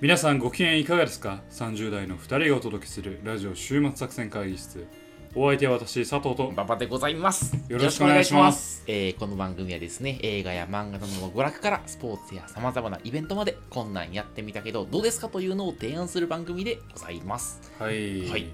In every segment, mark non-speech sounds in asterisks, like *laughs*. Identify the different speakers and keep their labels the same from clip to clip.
Speaker 1: 皆さんご機嫌いかがですか ?30 代の2人がお届けするラジオ週末作戦会議室。お相手は私、佐藤と
Speaker 2: ババでございます。
Speaker 1: よろしくお願いします。
Speaker 2: えーこの番組はですね、映画や漫画などの娯楽からスポーツやさまざまなイベントまで、こんなんやってみたけど、どうですかというのを提案する番組でございます。
Speaker 1: はい、
Speaker 2: はい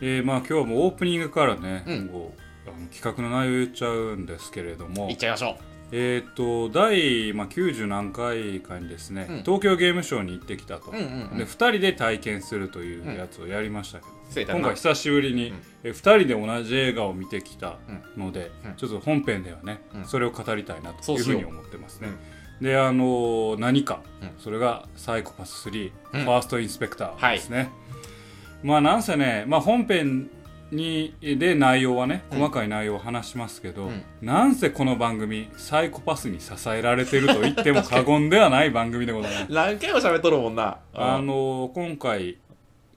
Speaker 1: えーまあ今日はもうオープニングからね、
Speaker 2: うん
Speaker 1: もうあの企画の内容言っちゃうんですけれども
Speaker 2: いっちゃいましょ
Speaker 1: えっ、と第、まあ、90何回かにですね、
Speaker 2: うん
Speaker 1: 東京ゲームショウに行ってきたと、
Speaker 2: う。うんうん、う
Speaker 1: で2
Speaker 2: ん。
Speaker 1: 人で体験するというやつをやりましたけど、
Speaker 2: せやな
Speaker 1: 今回久しぶりに、
Speaker 2: うん
Speaker 1: え2人で同じ映画を見てきたので、
Speaker 2: うん
Speaker 1: ちょっと本編ではね、
Speaker 2: うん
Speaker 1: それを語りたいなと
Speaker 2: そ
Speaker 1: いうう
Speaker 2: し
Speaker 1: ふ
Speaker 2: よ
Speaker 1: う
Speaker 2: う
Speaker 1: に思ってますね。であのー何か、
Speaker 2: うん
Speaker 1: それが「サイコパス3、
Speaker 2: うん
Speaker 1: ファーストインスペクター」ですね。まあなんせね、まあ、本編にで内容はね
Speaker 2: うん
Speaker 1: 細かい内容を話しますけど、
Speaker 2: うん
Speaker 1: なんせこの番組サイコパスに支えられてると言っても過言ではない番組でございます。
Speaker 2: 何回も喋っとるもんな。
Speaker 1: あの今回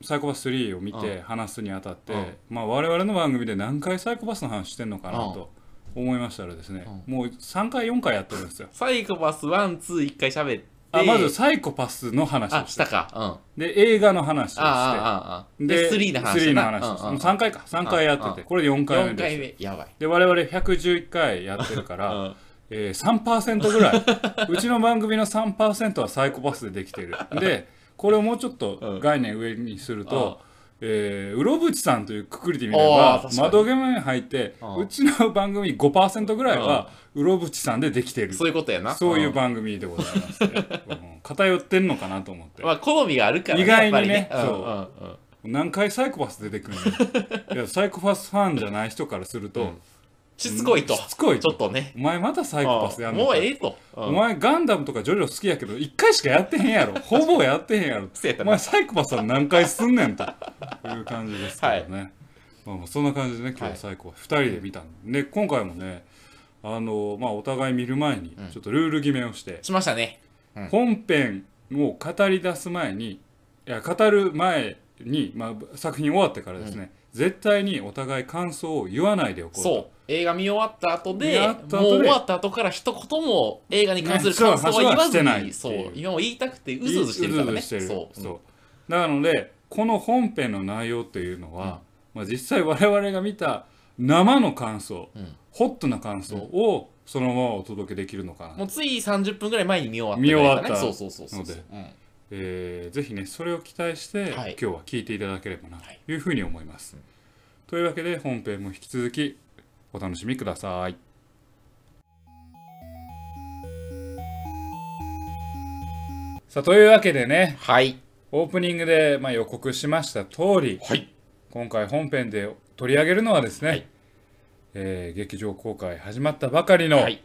Speaker 1: サイコパス3を見
Speaker 2: う
Speaker 1: て話すにあたって、
Speaker 2: うん
Speaker 1: まあ、我々の番組で何回サイコパスの話してんのかなと思いましたらですね、もう3回4回やってるんですよ
Speaker 2: サイコパス1、2、1回喋って。
Speaker 1: あまず、サイコパスの話
Speaker 2: あ、
Speaker 1: を
Speaker 2: し
Speaker 1: して
Speaker 2: たか。うん。あ
Speaker 1: で映画の話をして
Speaker 2: あ、ああ、ああ。で、3の話
Speaker 1: スリー
Speaker 2: だ
Speaker 1: の
Speaker 2: な。
Speaker 1: 話をして、
Speaker 2: うんうん、
Speaker 1: 3回か3回やって
Speaker 2: うんう
Speaker 1: て
Speaker 2: ん
Speaker 1: これで4回目
Speaker 2: 4
Speaker 1: で
Speaker 2: 回
Speaker 1: す
Speaker 2: 目。やばい。
Speaker 1: で我々111回やってるから、
Speaker 2: うん
Speaker 1: えー、3%ぐら
Speaker 2: *laughs*
Speaker 1: いうちの番組の3%はサイコパスでできてるでこれをもうちょっと概念上にすると、えー、うろぶちさんというくくりで見れ
Speaker 2: あー
Speaker 1: ば
Speaker 2: 確かに
Speaker 1: 窓ゲ面入って
Speaker 2: うん
Speaker 1: うちの番組5%ぐらいはうろぶちさんでできてる
Speaker 2: そういうことやな。
Speaker 1: そういううん番組でございます、ね *laughs* うん偏ってんのかなと思って
Speaker 2: まあ、好みがあるからね。
Speaker 1: 意外にね
Speaker 2: やっぱり
Speaker 1: そう
Speaker 2: うんうんうん
Speaker 1: 何回サイコパス出てくるの
Speaker 2: *laughs*
Speaker 1: いやサイコパスファンじゃない人からすると、
Speaker 2: うんしつこいと。
Speaker 1: しつこい
Speaker 2: ち
Speaker 1: と
Speaker 2: ょっとね。
Speaker 1: お前またサイコパスやんの
Speaker 2: も
Speaker 1: か
Speaker 2: うええと。
Speaker 1: お
Speaker 2: お
Speaker 1: 前ガンダムとかジョジョ好きやけど1回しかやってへんや
Speaker 2: *laughs*
Speaker 1: ろほぼやってへんやろ
Speaker 2: せやった
Speaker 1: お
Speaker 2: な
Speaker 1: 前サイコパスは何回すんねんという感じですけどね、まあまあそんな感じでね今日はサイコパス2人で見たんで今回もねあのまあお互い見る前に
Speaker 2: うん
Speaker 1: ちょっとルール決めをして、
Speaker 2: しましたね。うん
Speaker 1: 本編を語り出す前にいや語る前に、まあ、作品終わってからですね、絶対にお互い感想を言わないでおこうと
Speaker 2: そう。映画見終わった後
Speaker 1: 見終
Speaker 2: で、
Speaker 1: わ
Speaker 2: も
Speaker 1: った
Speaker 2: う
Speaker 1: 後で
Speaker 2: 終わった後から一言も映画に関する感想は言わず
Speaker 1: ねそう
Speaker 2: に、
Speaker 1: そ
Speaker 2: そう
Speaker 1: はしてないっ
Speaker 2: う
Speaker 1: ていう。
Speaker 2: 今も言いたくて、うずうずしてるから
Speaker 1: うずう
Speaker 2: ね。
Speaker 1: ずしてる
Speaker 2: そう。
Speaker 1: そうなのでこの本編の内容っていうのは、まあ、実際我々が見た生の感想、
Speaker 2: うん
Speaker 1: ホットな感想をそのままお届けできるのかな、
Speaker 2: もうつい30分ぐらい前に見終わった
Speaker 1: 見終わった
Speaker 2: ぐらいだねそうそうそうそう。
Speaker 1: ので
Speaker 2: うん
Speaker 1: えーぜひねそれを期待して、
Speaker 2: はい
Speaker 1: 今日は聞いていただければな
Speaker 2: は
Speaker 1: というふうに思います、
Speaker 2: うん
Speaker 1: というわけで本編も引き続きお楽しみくださいさあというわけでね
Speaker 2: はい。
Speaker 1: オープニングでまあ予告しました通り、
Speaker 2: はい。
Speaker 1: 今回本編で取り上げるのはですね、
Speaker 2: はい
Speaker 1: えー劇場公開始まったばかりの
Speaker 2: はい。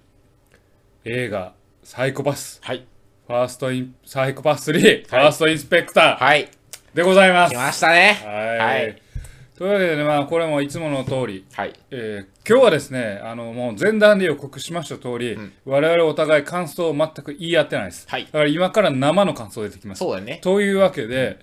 Speaker 1: 映画「サイコパス」
Speaker 2: はい。
Speaker 1: ファーストインサイコパス3、ファーストインスペクター
Speaker 2: はい。
Speaker 1: でございます。
Speaker 2: 来ましたね。
Speaker 1: はい、
Speaker 2: はい
Speaker 1: というわけでね、まあ、これもいつもの通り、
Speaker 2: はい。
Speaker 1: えー今日はですね、あのもう前段で予告しました通り、
Speaker 2: ん
Speaker 1: 我々お互い感想を全く言い合ってないです。
Speaker 2: はい
Speaker 1: だから今から生の感想出てきます。
Speaker 2: そうだよね。
Speaker 1: というわけで、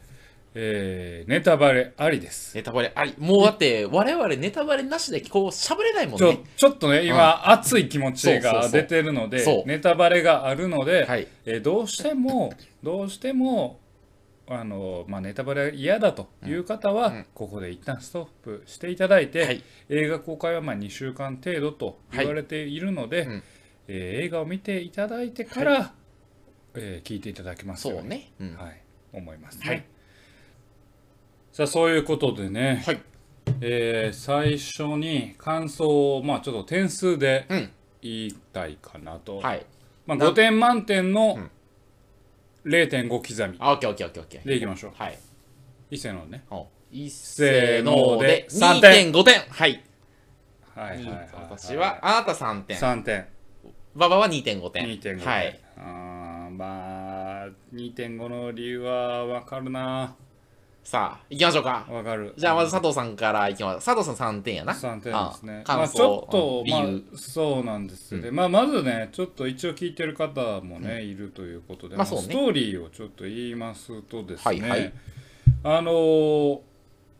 Speaker 1: えーネタバレありです。
Speaker 2: ネタバレあり。もうだって、我々ネタバレなしでこう喋れないもん
Speaker 1: ちょ
Speaker 2: ね。
Speaker 1: ちょっとね、今、熱い気持ち
Speaker 2: そうそう
Speaker 1: が
Speaker 2: そう
Speaker 1: 出てるので
Speaker 2: そう、
Speaker 1: ネタバレがあるので、
Speaker 2: はい
Speaker 1: えーどうしても、どうしても、あのまあ、ネタバレ嫌だという方は、ここで一旦ストップしていただいて、
Speaker 2: はい
Speaker 1: 映画公開はまあ2週間程度と言われているので、
Speaker 2: うん
Speaker 1: えー映画を見ていただいてから、えー聞いていただけますよ
Speaker 2: そううね。うん
Speaker 1: はい、思いますね。
Speaker 2: はい
Speaker 1: さあそういうことでね、
Speaker 2: はい
Speaker 1: えー最初に感想を、まあ、ちょっと点数で
Speaker 2: うん。
Speaker 1: 言いたいかなと、
Speaker 2: はい。
Speaker 1: まあ、
Speaker 2: な
Speaker 1: 5点満点の
Speaker 2: うん
Speaker 1: 0.5刻み
Speaker 2: あ、オッケーオッケーオッケーオッケー。
Speaker 1: でいきましょう
Speaker 2: はい。
Speaker 1: 伊勢のね
Speaker 2: 一
Speaker 1: せー
Speaker 2: せー
Speaker 1: の
Speaker 2: の
Speaker 1: で
Speaker 2: で
Speaker 1: 3
Speaker 2: 2.5
Speaker 1: 点
Speaker 2: 点はい
Speaker 1: はいはいはいはい
Speaker 2: 私はあなた3点
Speaker 1: 3点
Speaker 2: 馬場は2.5点
Speaker 1: 2.5点、
Speaker 2: はい
Speaker 1: あーまあ2.5の理由はわかるな
Speaker 2: さあ行きましょうか
Speaker 1: わかる
Speaker 2: じゃあまず佐藤さんからいきます佐藤さん3点やな
Speaker 1: 3点ですね
Speaker 2: あ。
Speaker 1: まあ、
Speaker 2: 感
Speaker 1: ちょ
Speaker 2: 想
Speaker 1: っと、
Speaker 2: うん
Speaker 1: まあ
Speaker 2: 理由、
Speaker 1: そうなんですよね。まあ、まずね、ちょっと一応聞いてる方もね、いるということで、
Speaker 2: まあ
Speaker 1: まあ
Speaker 2: そう
Speaker 1: ス
Speaker 2: ね
Speaker 1: トーリーをちょっと言いますとですね、
Speaker 2: はいはい
Speaker 1: あのー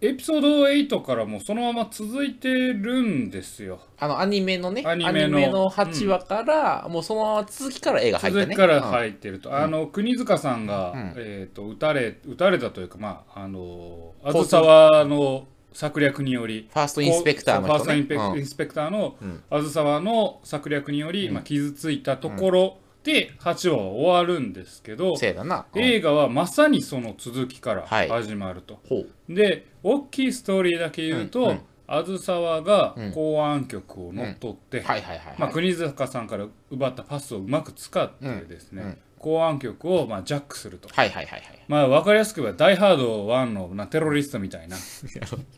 Speaker 1: エピソード8からもうそのまま続いてるんですよ
Speaker 2: あのアニメのね
Speaker 1: ア
Speaker 2: ア
Speaker 1: ニ
Speaker 2: ニ
Speaker 1: メ
Speaker 2: メ
Speaker 1: の
Speaker 2: の8話から、もうそのまま続きから絵が入った
Speaker 1: 続
Speaker 2: ね
Speaker 1: きから
Speaker 2: うん
Speaker 1: 入ってると、あの国塚さんが、
Speaker 2: うん
Speaker 1: えー、と撃たれ撃たれたというかまああの
Speaker 2: 交
Speaker 1: 梓
Speaker 2: 通
Speaker 1: 沢の策略により
Speaker 2: ファーストインスペクターの人、ね、
Speaker 1: ファーストインペク
Speaker 2: うん
Speaker 1: インスペクターの
Speaker 2: うん
Speaker 1: 梓沢の策略により、
Speaker 2: うん
Speaker 1: まあ、傷ついたところで8話は終わるんですけど、
Speaker 2: せいだな、うん
Speaker 1: 映画はまさにその続きから
Speaker 2: はい
Speaker 1: 始まると、
Speaker 2: ほう
Speaker 1: で大きいストーリーだけ言うと、
Speaker 2: うんうん
Speaker 1: 梓沢が
Speaker 2: うん
Speaker 1: 公安局を乗っ取って、
Speaker 2: はいはいはいはい、
Speaker 1: まあ、国塚さんから奪ったパスをうまく使ってですね、
Speaker 2: うんうん
Speaker 1: 公安局をまあジャックすると。
Speaker 2: はいはいはいはい
Speaker 1: まあ、分かりやすく言えば、ダイ・ハード1のなテロリストみたいな。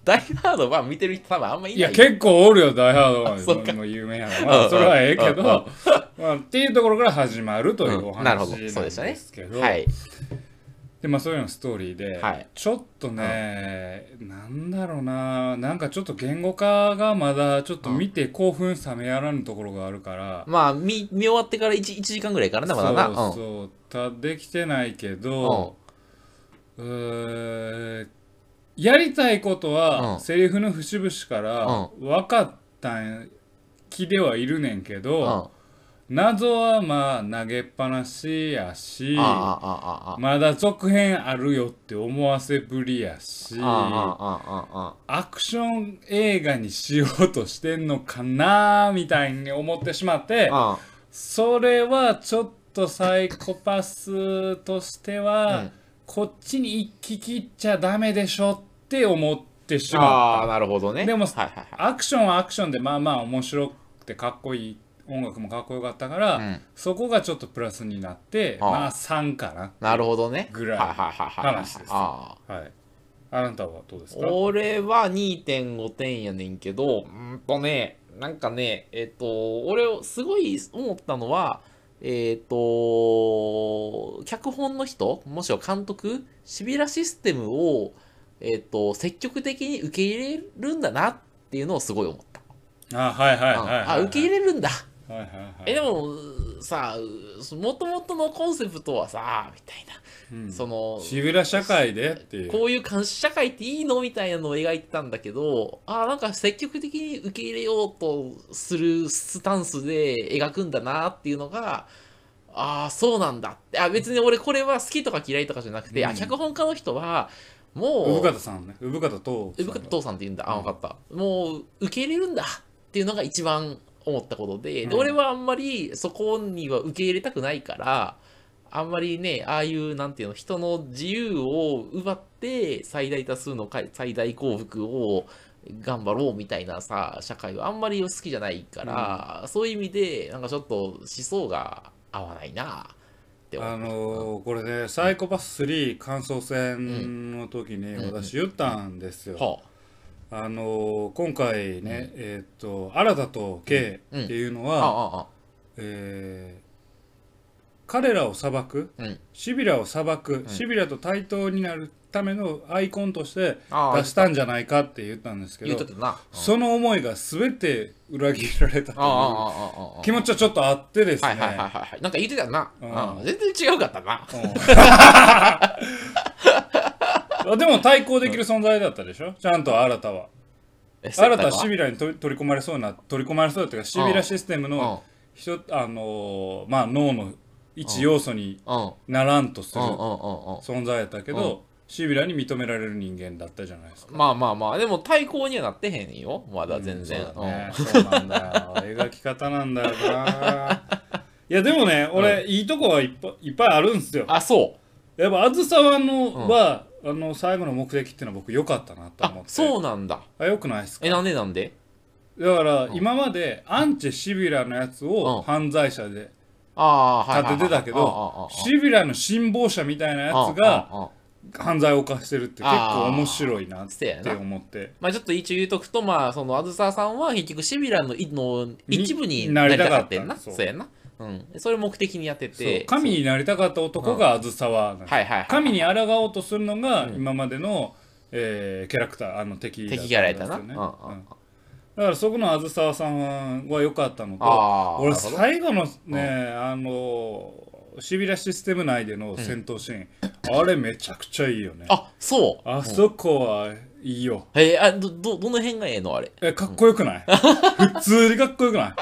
Speaker 2: ダイハードは見てる人多分あんまい
Speaker 1: い
Speaker 2: な
Speaker 1: や、
Speaker 2: い
Speaker 1: 結構おるよ、ダイ・ハード
Speaker 2: あそっ
Speaker 1: 1
Speaker 2: か
Speaker 1: も有名やから。ま
Speaker 2: う
Speaker 1: あ、
Speaker 2: ん
Speaker 1: それはええけど、
Speaker 2: うんうん
Speaker 1: まあ、っていうところから始まるというお
Speaker 2: う
Speaker 1: 話な
Speaker 2: んなんるほどそうでしたね
Speaker 1: ですけど、
Speaker 2: はい
Speaker 1: でまあ、そういうのストーリーで、
Speaker 2: はい
Speaker 1: ちょっとね、なんだろうな、なんかちょっと言語化がまだちょっと見て興奮冷めやらぬところがあるから、
Speaker 2: まあ見見終わってから 1, 1時間ぐらいからなまだな
Speaker 1: そうそう、たできてないけど、うーんやりたいことは、
Speaker 2: うん
Speaker 1: セリフの節々から分かったん気ではいるねんけ
Speaker 2: うんうん
Speaker 1: ど、
Speaker 2: あ
Speaker 1: 謎はまあ投げっぱなしやし
Speaker 2: ああああああ
Speaker 1: まだ続編あるよって思わせぶりやし
Speaker 2: あああああ
Speaker 1: アクション映画にしようとしてんのかなみたいに思ってしまって
Speaker 2: あああ
Speaker 1: それはちょっとサイコパスとしては、
Speaker 2: うん
Speaker 1: こっちに行き切っちゃダメでしょって思ってし
Speaker 2: あ
Speaker 1: ま
Speaker 2: あ
Speaker 1: った
Speaker 2: なるほどね
Speaker 1: でも
Speaker 2: はいはいはい
Speaker 1: アクションはアクションでまあまあ面白くてかっこいい音楽もかっこよかったから、
Speaker 2: うん
Speaker 1: そこがちょっとプラスになって
Speaker 2: ああ
Speaker 1: まあ3か
Speaker 2: なるほどね
Speaker 1: ぐらい
Speaker 2: はいはいはいはい
Speaker 1: 話です
Speaker 2: ああ
Speaker 1: なはいあなたはどうですか
Speaker 2: 俺は2.5点やねんけど、うーんとね、なんかね、えっ、と、俺、すごい思ったのは、えっ、と、脚本の人、もしくは監督、シビラシステムを、えっ、と、積極的に受け入れるんだなっていうのをすごい思った。
Speaker 1: あはいはいはいはい
Speaker 2: あ、受け入れるんだ。
Speaker 1: はいはいはい
Speaker 2: え、でも、さあ、もともとのコンセプトはさ、みたいな。
Speaker 1: うん
Speaker 2: その、
Speaker 1: シビラ社会でっていう
Speaker 2: こういう監視社会っていいのみたいなのを描いてたんだけど、ああ、なんか積極的に受け入れようとするスタンスで描くんだなっていうのが、ああ、そうなんだって。あ別に俺これは好きとか嫌いとかじゃなくて、
Speaker 1: う
Speaker 2: あ
Speaker 1: ん
Speaker 2: 脚本家の人は、も
Speaker 1: 産
Speaker 2: う、
Speaker 1: 方さんね産方と
Speaker 2: 産方父さんって言うんだ。あ、
Speaker 1: うん
Speaker 2: 分かった。もう、受け入れるんだっていうのが一番思ったことで、で
Speaker 1: うん
Speaker 2: 俺はあんまりそこには受け入れたくないから、あんまりね、ああいう、なんていうの、人の自由を奪って、最大多数のか最大幸福を頑張ろうみたいなさ、社会はあんまり好きじゃないから、そういう意味で、なんかちょっと思想が合わないなって思う。
Speaker 1: あのーこれね「サイコパス3」感想戦の時に
Speaker 2: うん
Speaker 1: 私言ったんですよ。
Speaker 2: は
Speaker 1: あのー今回ね、えーっと新田と K っていうの
Speaker 2: あ、
Speaker 1: は、
Speaker 2: ああ、あ
Speaker 1: えー彼らを裁く
Speaker 2: あ、うん。
Speaker 1: シビラを裁く、シビラと対等になるためのアイコンとして
Speaker 2: あ
Speaker 1: 出したんじゃないかって言ったんですけ
Speaker 2: 言うと
Speaker 1: ど
Speaker 2: ったな。
Speaker 1: その思いが全て裏切られた
Speaker 2: ああ、ああ
Speaker 1: とい、
Speaker 2: ああ、ああ
Speaker 1: う。気持ちはちょっとあってですね。
Speaker 2: はいはいはいはいはい。なんか言ってたよな。
Speaker 1: うん
Speaker 2: うん全然違うかったな。
Speaker 1: うん *laughs* でも対抗できる存在だったでしょちゃんと新たは。新たはシ
Speaker 2: ビ
Speaker 1: ビラにと取り込まれそうな取り込まれそうだというかシビラシステムの人あのーまあ脳の一要素に
Speaker 2: うん。うん。うん。
Speaker 1: ならんとする
Speaker 2: うん。うん。
Speaker 1: 存在やったけどシビラに認められる人間だったじゃないですか。
Speaker 2: まあまあまあ、でも対抗にはなってへんよ。まだ全然。
Speaker 1: うんそうだねそうなんだよ
Speaker 2: *laughs*
Speaker 1: 描き方なんだよないやでもね俺いいとこはいっぱいいっぱいあるんですよ
Speaker 2: うんあ、そう。
Speaker 1: やっぱ梓沢
Speaker 2: う
Speaker 1: の
Speaker 2: ん
Speaker 1: は、あの最後の目的っていうのは僕良かったなと
Speaker 2: あ
Speaker 1: 思っ、て
Speaker 2: そうなんだ。
Speaker 1: あ良くないですか
Speaker 2: え、なんでなんで
Speaker 1: だから今までアンチシビラのやつ
Speaker 2: うん
Speaker 1: を犯罪者で
Speaker 2: ああ、はいはいは
Speaker 1: 立
Speaker 2: い。
Speaker 1: ててたけ
Speaker 2: あ
Speaker 1: ど
Speaker 2: あ
Speaker 1: シビラの辛抱者みたいなや
Speaker 2: ああ
Speaker 1: つが
Speaker 2: ああああ
Speaker 1: 犯罪を犯してるって結構面白いなっ
Speaker 2: せや
Speaker 1: て
Speaker 2: な
Speaker 1: 思って
Speaker 2: まあちょっと一応言うとくと、まあ、その、あずささんは結局シビラのいの一部に
Speaker 1: に
Speaker 2: なりたかったん
Speaker 1: な
Speaker 2: な。
Speaker 1: りたかった
Speaker 2: そ
Speaker 1: そう
Speaker 2: うやな。うん。それ目的にやって
Speaker 1: そう
Speaker 2: て。
Speaker 1: 神になりたかった男が梓沢なんです
Speaker 2: はいはいはい。
Speaker 1: 神に抗おうとするのが
Speaker 2: うん
Speaker 1: 今までの、えーキャラクターあの敵だったんで
Speaker 2: 敵
Speaker 1: す
Speaker 2: キャ
Speaker 1: よ
Speaker 2: ラ
Speaker 1: ね
Speaker 2: やったな。うんうんうん
Speaker 1: うんだからそこの梓沢さんは良かったのと
Speaker 2: ああ。
Speaker 1: 俺
Speaker 2: なるほど
Speaker 1: 最後のね、あのシビラシステム内での戦闘シーン、あれめちゃくちゃいいよねあ
Speaker 2: あ、そう。
Speaker 1: そこはいいよ
Speaker 2: えー、あどどどの辺がええのあれ
Speaker 1: えかっこよくない
Speaker 2: *laughs*
Speaker 1: 普通にかっこよくない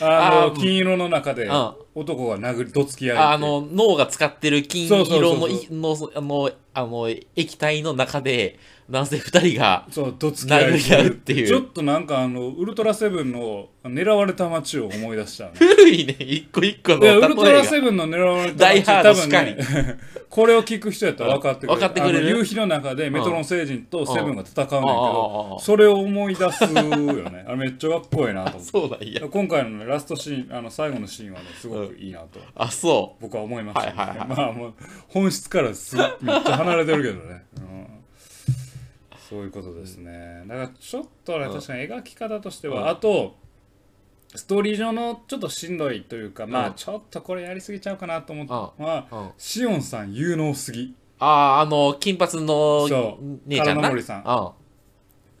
Speaker 1: あ
Speaker 2: あー
Speaker 1: の金色の中で
Speaker 2: うん
Speaker 1: 男が殴りどつき合い
Speaker 2: ああの脳が使ってる金
Speaker 1: そうそう
Speaker 2: 色
Speaker 1: そ
Speaker 2: の
Speaker 1: う
Speaker 2: いのそあのあの液体の中で男性2人が
Speaker 1: そうどつき合いす
Speaker 2: 殴り合う
Speaker 1: る
Speaker 2: っていう
Speaker 1: ちょっとなんかあのウルトラセブンの狙われた街を思い出
Speaker 2: *laughs*
Speaker 1: したね
Speaker 2: 古いね一個一個
Speaker 1: い
Speaker 2: の
Speaker 1: やウ
Speaker 2: 例
Speaker 1: ルトラ
Speaker 2: え
Speaker 1: セブンの狙われた
Speaker 2: ダイハード
Speaker 1: 多分ね *laughs* これを聞く人やったら分かってくれる
Speaker 2: 分かってくれる
Speaker 1: あの夕日の中でメトロン星人とセブンが戦うんだけ
Speaker 2: うんうんうん
Speaker 1: どそれを思い出すよねあれめっちゃかっこいいなと
Speaker 2: が *laughs*
Speaker 1: 思って
Speaker 2: そうなんや
Speaker 1: 今回のねラストシーンあの最後のシーンはねすごくいいなと
Speaker 2: あそ
Speaker 1: 僕は思いましたね、
Speaker 2: はいはいはい
Speaker 1: まあもう本質からすめっちゃ離れてるけどね、うん、そういうことですねだからちょっとね
Speaker 2: うん
Speaker 1: 確かに描き方として
Speaker 2: うん
Speaker 1: はあとストーリー上のちょっとしんどいというかま
Speaker 2: う
Speaker 1: あ
Speaker 2: ん
Speaker 1: ちょっとこれやりすぎちゃうかなと思ったの
Speaker 2: う、
Speaker 1: は
Speaker 2: うん、あ
Speaker 1: シオンさん有能すぎ
Speaker 2: あーあの金髪の
Speaker 1: そう
Speaker 2: 姉ちゃん
Speaker 1: 唐
Speaker 2: な
Speaker 1: 森さん
Speaker 2: あ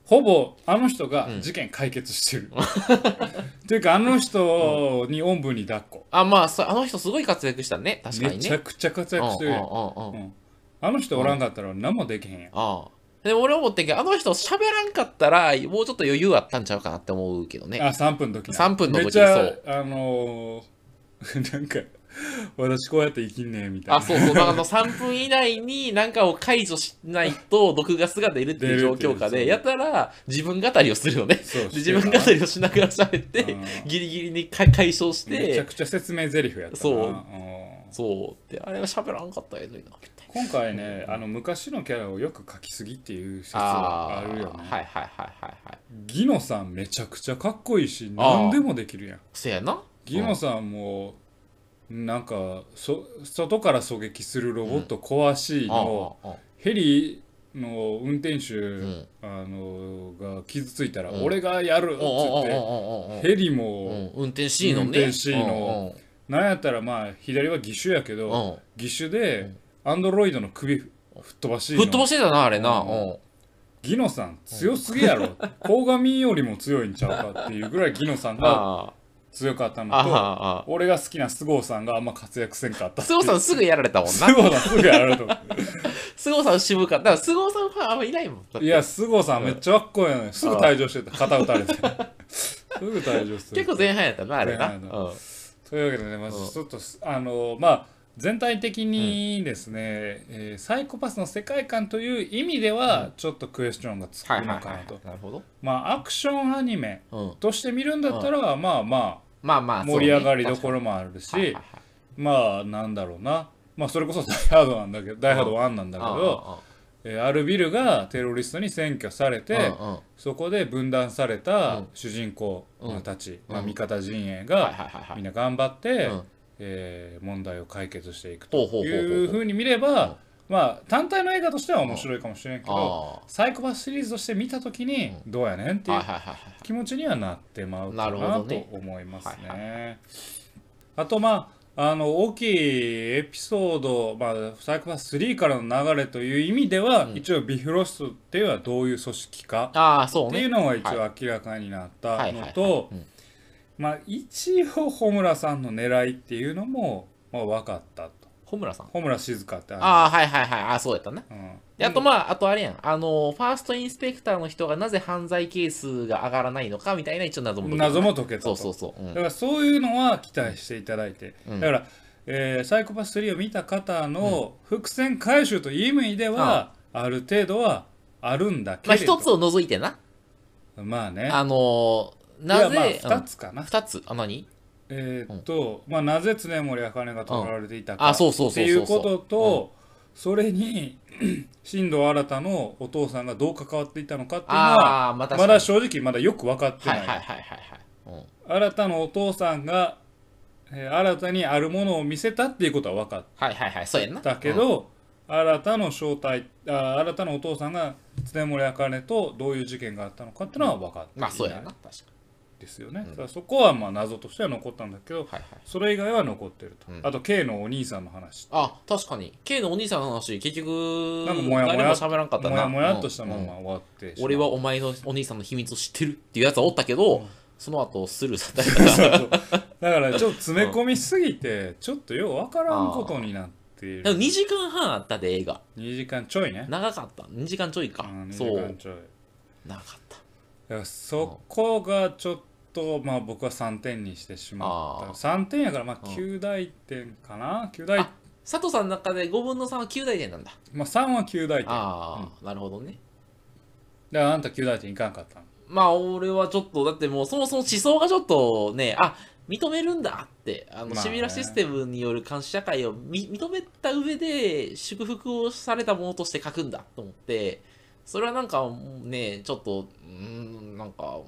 Speaker 1: ほぼあの人が
Speaker 2: うん
Speaker 1: 事件解決してる、というかあの人におんぶに抱っこ、
Speaker 2: あまあそあの人すごい活躍したね確か
Speaker 1: め
Speaker 2: にね
Speaker 1: ちゃくちゃ活躍してるやん
Speaker 2: うんうんうんうん
Speaker 1: うんあの人おらんかったら何もできへんやん
Speaker 2: ああで俺思ってんけどあの人喋らんかったらもうちょっと余裕あったんちゃうかなって思うけどね
Speaker 1: あ、3分の時な
Speaker 2: 3分の時
Speaker 1: めっちゃ、
Speaker 2: そう
Speaker 1: あのー *laughs* なんか、私こうやって生きんねえみたい
Speaker 2: あ、
Speaker 1: な。
Speaker 2: そうそう。だからあの3分以内に何かを解除しないと毒ガスが出るっていう状況下で、
Speaker 1: 出る
Speaker 2: や
Speaker 1: っ
Speaker 2: ったら自分語りをするよね。
Speaker 1: そう
Speaker 2: で自分語りをしながら喋って
Speaker 1: うん、
Speaker 2: ギリギリにか解消し
Speaker 1: めちゃ
Speaker 2: て、
Speaker 1: くちゃ説明台詞やったな
Speaker 2: そうんそう。で、あれは喋らんかったやつにな。
Speaker 1: 今回ね、あの昔のキャラをよく書きすぎっていう説が
Speaker 2: あ
Speaker 1: あ
Speaker 2: あー、
Speaker 1: るよ
Speaker 2: はい
Speaker 1: ね。
Speaker 2: はいはいはいはい。
Speaker 1: ギノさんめちゃくちゃかっこいいし、
Speaker 2: あー
Speaker 1: 何でもできるやん。
Speaker 2: せやな。
Speaker 1: ギノさんも、なんかそ、外から狙撃するロボット壊しい
Speaker 2: ああ
Speaker 1: の、
Speaker 2: ああ
Speaker 1: ヘリの運転手、
Speaker 2: ん
Speaker 1: あのが傷ついたら、
Speaker 2: うん
Speaker 1: 俺がやるっつっ
Speaker 2: うんうんうん
Speaker 1: て、
Speaker 2: うんうんうん
Speaker 1: ヘリ
Speaker 2: う
Speaker 1: も、
Speaker 2: ん運転 C のね。
Speaker 1: 運転 C のなんやったらまあ左は義手やけ
Speaker 2: うんうんう
Speaker 1: ど、
Speaker 2: ん。
Speaker 1: 義手でアンドロイドの首吹っ飛ばし
Speaker 2: 吹っ飛ば
Speaker 1: の
Speaker 2: してたな、あれな。
Speaker 1: う
Speaker 2: うんん
Speaker 1: ギノさん強すぎやろ鴻上よりも強いんちゃうかっていうぐらいギノさんが
Speaker 2: あ
Speaker 1: 強かった
Speaker 2: あ、あ
Speaker 1: のと
Speaker 2: あ、あ
Speaker 1: 俺が好きな菅生さんがあんま活躍せんかった
Speaker 2: あ。すごさんすぐやられたもんな
Speaker 1: 菅。生さんすぐやられたもん
Speaker 2: 菅生さん渋かった。だから菅生さんファンあんまいないもん。だって
Speaker 1: いや、すごさんめっちゃかっこいいのよ。すぐ退場してた。肩打たれて。すぐ退場する。
Speaker 2: 結構前半やったな、あれな。
Speaker 1: 前半
Speaker 2: うん
Speaker 1: やなというわけでね、ま
Speaker 2: うん
Speaker 1: ずちょっとす、あの、まあ、全体的にですね、えーサイコパスの世界観という意味では、ちょっとクエスチョンがつく
Speaker 2: はいはい
Speaker 1: のか
Speaker 2: は
Speaker 1: なと。
Speaker 2: い。なるほど。
Speaker 1: まあ、アクションアニメ
Speaker 2: うん。
Speaker 1: として見るんだったら、まあま
Speaker 2: まあま
Speaker 1: あ、
Speaker 2: あ、
Speaker 1: 盛り上がりど
Speaker 2: ろ
Speaker 1: ころもあるし、
Speaker 2: はいはいはい
Speaker 1: まあ、なんだろうな。まあ、それこそ *laughs* ダイハードなんだけど、ダイハード1なんだけど、えーアルビルがテロリストに占拠されて、
Speaker 2: うんうんうんはい
Speaker 1: そこで分断され
Speaker 2: う
Speaker 1: た
Speaker 2: ん
Speaker 1: 主人公たち、
Speaker 2: うん
Speaker 1: まあ、味方陣営
Speaker 2: はい
Speaker 1: が
Speaker 2: はいは
Speaker 1: み
Speaker 2: い
Speaker 1: ん。な頑張って、
Speaker 2: うん
Speaker 1: えー問題を解決していくと
Speaker 2: ほうほうほうほう
Speaker 1: いうふうに見れば、まあ、単体の映画としては面白いかもしれんけど、
Speaker 2: あ
Speaker 1: サイコパスシリーズとして見た時にどうやねんって
Speaker 2: あ。
Speaker 1: い
Speaker 2: はいうはいはい。
Speaker 1: 気持ちにはなってまうか
Speaker 2: なる
Speaker 1: な
Speaker 2: ほど
Speaker 1: と
Speaker 2: ね
Speaker 1: 思います
Speaker 2: はい
Speaker 1: ね。あとまああの大きいエピソード、まあ、サイコパス3からの流れという意味では、
Speaker 2: うん
Speaker 1: 一応ビフロストっていうのはどういう組織か、
Speaker 2: ああ、そう
Speaker 1: っ
Speaker 2: ね。
Speaker 1: ていうのが一
Speaker 2: は
Speaker 1: 応明らかになっ
Speaker 2: は
Speaker 1: た
Speaker 2: いはいは
Speaker 1: の
Speaker 2: い
Speaker 1: と
Speaker 2: うん
Speaker 1: まあ一応穂村さんの狙いっていうのも、まあ、分かったと
Speaker 2: 小村さん。
Speaker 1: 穂村静香ってあ
Speaker 2: ああ、はいはいはい。ああ、そうやったな。
Speaker 1: るうん
Speaker 2: であとまあ、あとあれやん。あの、ファーストインスペクターの人がなぜ犯罪係数が上がらないのかみたいな一応謎も解けた
Speaker 1: 謎も解けた
Speaker 2: そ
Speaker 1: と
Speaker 2: うそうそう。う
Speaker 1: だ
Speaker 2: ん
Speaker 1: からそういうのは期待していただいて、
Speaker 2: うん
Speaker 1: だから、えーサイコパス3を見た方の伏線回収という意味では、ある程度はあるんだけ
Speaker 2: まあ、
Speaker 1: れど
Speaker 2: 一つを除いてな。
Speaker 1: まあね
Speaker 2: あの、ない
Speaker 1: や
Speaker 2: ぜ、
Speaker 1: まあ
Speaker 2: う
Speaker 1: 2
Speaker 2: ん
Speaker 1: つかな、
Speaker 2: 二つあ、何
Speaker 1: えーっと、まあなぜ常森茜が取られていた
Speaker 2: うん
Speaker 1: か
Speaker 2: あ
Speaker 1: っ
Speaker 2: そうそうそう
Speaker 1: て
Speaker 2: そう
Speaker 1: い
Speaker 2: そう
Speaker 1: うことと、それに *clears throat* 新藤新のお父さんがどう関わっていたのかっていうのは
Speaker 2: ああー、また
Speaker 1: まだ正直まだよく分かって
Speaker 2: は
Speaker 1: ないい、
Speaker 2: はいはいはいはい。うん
Speaker 1: 新たのお父さんが、えー新たにあるものを見せたっていうことは分かっ
Speaker 2: はいはいはい、そうやんな。
Speaker 1: たけ
Speaker 2: うん、
Speaker 1: ど、新たの正体あ新たのお父さんが常森茜とどういう事件があったのかっていうのは分かっていな
Speaker 2: まあそうや
Speaker 1: い
Speaker 2: な、確か
Speaker 1: ですよね、
Speaker 2: うん
Speaker 1: だからそこはまあ謎としては残ったんだけど
Speaker 2: に。はいはい。
Speaker 1: それ以外は残ってると、
Speaker 2: うん
Speaker 1: あと K のお兄さんの話
Speaker 2: あ、確かに。K のお兄さんの話、結局、
Speaker 1: なんかもやもや
Speaker 2: 誰も喋らんかった
Speaker 1: も
Speaker 2: な。
Speaker 1: やもやっとしたま
Speaker 2: うん
Speaker 1: ま終わってしまう、
Speaker 2: 俺
Speaker 1: *laughs*
Speaker 2: はお前のお兄さんの秘密を知ってるっていうやつはおったけど、
Speaker 1: うん
Speaker 2: その後スルーされた *laughs*
Speaker 1: そうそうだからちょっと詰め込みすぎてちょっとようわからんことになっってい
Speaker 2: でも
Speaker 1: る
Speaker 2: 2時間半あったで映画
Speaker 1: 2時間ちょいね
Speaker 2: 長かった2時間ちょいか、
Speaker 1: うん2時
Speaker 2: そう
Speaker 1: 間ちょい
Speaker 2: 長かった
Speaker 1: いやそこがちょっとまあ僕は3点にしてしまった
Speaker 2: あー
Speaker 1: 3点やからまあ
Speaker 2: うん
Speaker 1: 9大点かな9大
Speaker 2: あ佐藤さんの中で5分の3は9大点なんだ
Speaker 1: まあ3は9大点
Speaker 2: ああ、なるほどね
Speaker 1: であんた9大点いかんかったの
Speaker 2: まあ俺はちょっとだってもうそもそも思想がちょっとねあ認めるんだってあ
Speaker 1: ま
Speaker 2: の、
Speaker 1: あね
Speaker 2: シビラシステムによる監視社会をみ認めた上で祝福をされたものとして書くんだと思ってそれはなんかねちょっとうーんなんか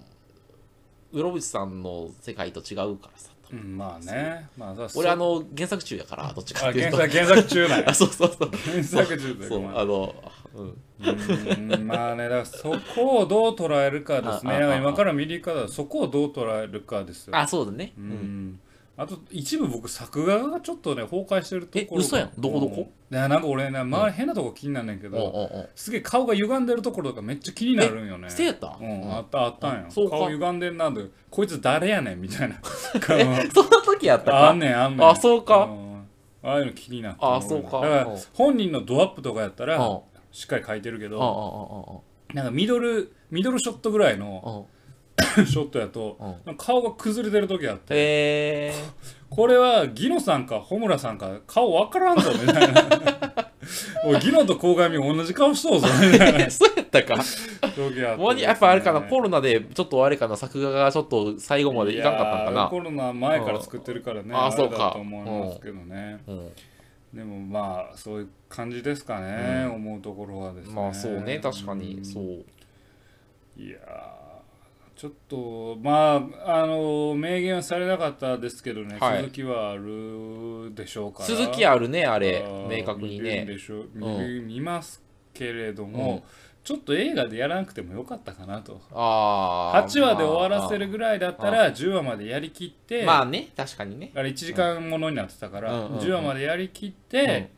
Speaker 2: 室伏さんの世界と違うからさと
Speaker 1: うんまあねまあ
Speaker 2: 俺あ
Speaker 1: あ
Speaker 2: の原作中やからどっちかっ
Speaker 1: 原
Speaker 2: *laughs* ていうと
Speaker 1: 作原作中なんや
Speaker 2: あそうそうそう
Speaker 1: 原作中というか
Speaker 2: そう
Speaker 1: まあ
Speaker 2: あの、うん、
Speaker 1: うんまあねだからそこをどう捉えるかですね
Speaker 2: あ
Speaker 1: だ
Speaker 2: あ
Speaker 1: から
Speaker 2: あ
Speaker 1: 今から見る方はそこをどう捉えるかですよ
Speaker 2: あそうだね、う
Speaker 1: うんんあと一部僕作画がちょっとね崩壊してるところが
Speaker 2: え嘘やんどこどこ
Speaker 1: うんいやなんか俺ね周り変なとこ気になんねんけ
Speaker 2: おう
Speaker 1: ど
Speaker 2: おうおう
Speaker 1: すげえ顔が歪んでるところとかめっちゃ気になるんよね
Speaker 2: せやった、
Speaker 1: うん、あったあったんよ
Speaker 2: あそうか
Speaker 1: 顔歪んでんなでこいつ誰やねんみたいな
Speaker 2: *laughs* えそんな時やった
Speaker 1: あ
Speaker 2: か
Speaker 1: んねんあんねん
Speaker 2: あそうか
Speaker 1: んああいうの気になって
Speaker 2: あそうか
Speaker 1: だから
Speaker 2: うん
Speaker 1: 本人のドアップとかやったら
Speaker 2: うん
Speaker 1: しっかり書いてるけ
Speaker 2: う
Speaker 1: ど
Speaker 2: んうん
Speaker 1: なんかミドルミドルショットぐらいの
Speaker 2: うんうんうん
Speaker 1: ショットやと
Speaker 2: うん
Speaker 1: なんか顔が崩れてる時あって
Speaker 2: へえ
Speaker 1: これはギノさんかホムラさんか顔わからんぞみたい
Speaker 2: *laughs*
Speaker 1: なおいギノと鴻上同じ顔しとうぞみたいな
Speaker 2: *laughs* そうやったか
Speaker 1: 時あって
Speaker 2: もうやっぱあれかなコロナでちょっとあれかな作画がちょっと最後までいかんかったん
Speaker 1: いやー
Speaker 2: か
Speaker 1: コロナ前から作ってるからね
Speaker 2: うんあー
Speaker 1: れ
Speaker 2: そうか
Speaker 1: だと思いますけどね
Speaker 2: なうん
Speaker 1: でもまあそういう感じですかね、思うところはですね
Speaker 2: まあそうね確かにそううん
Speaker 1: いやーちょっとまああの明言はされなかったですけどね、
Speaker 2: はい
Speaker 1: 続きはあるでしょうから
Speaker 2: 続きあるねあ
Speaker 1: あ
Speaker 2: れ
Speaker 1: ー
Speaker 2: 明確
Speaker 1: 見
Speaker 2: に
Speaker 1: るん
Speaker 2: ね
Speaker 1: でしょう見,、
Speaker 2: う
Speaker 1: 見ますけれども、ちょっと映画でやらなくてもよかったかなと
Speaker 2: ああ
Speaker 1: 8話で終わらせるぐらいだったら10話までやりきって、
Speaker 2: まあね確かにね
Speaker 1: あれ1時間ものになってたから、
Speaker 2: うんうんうん
Speaker 1: 10話までやりきっ
Speaker 2: う
Speaker 1: て、
Speaker 2: ん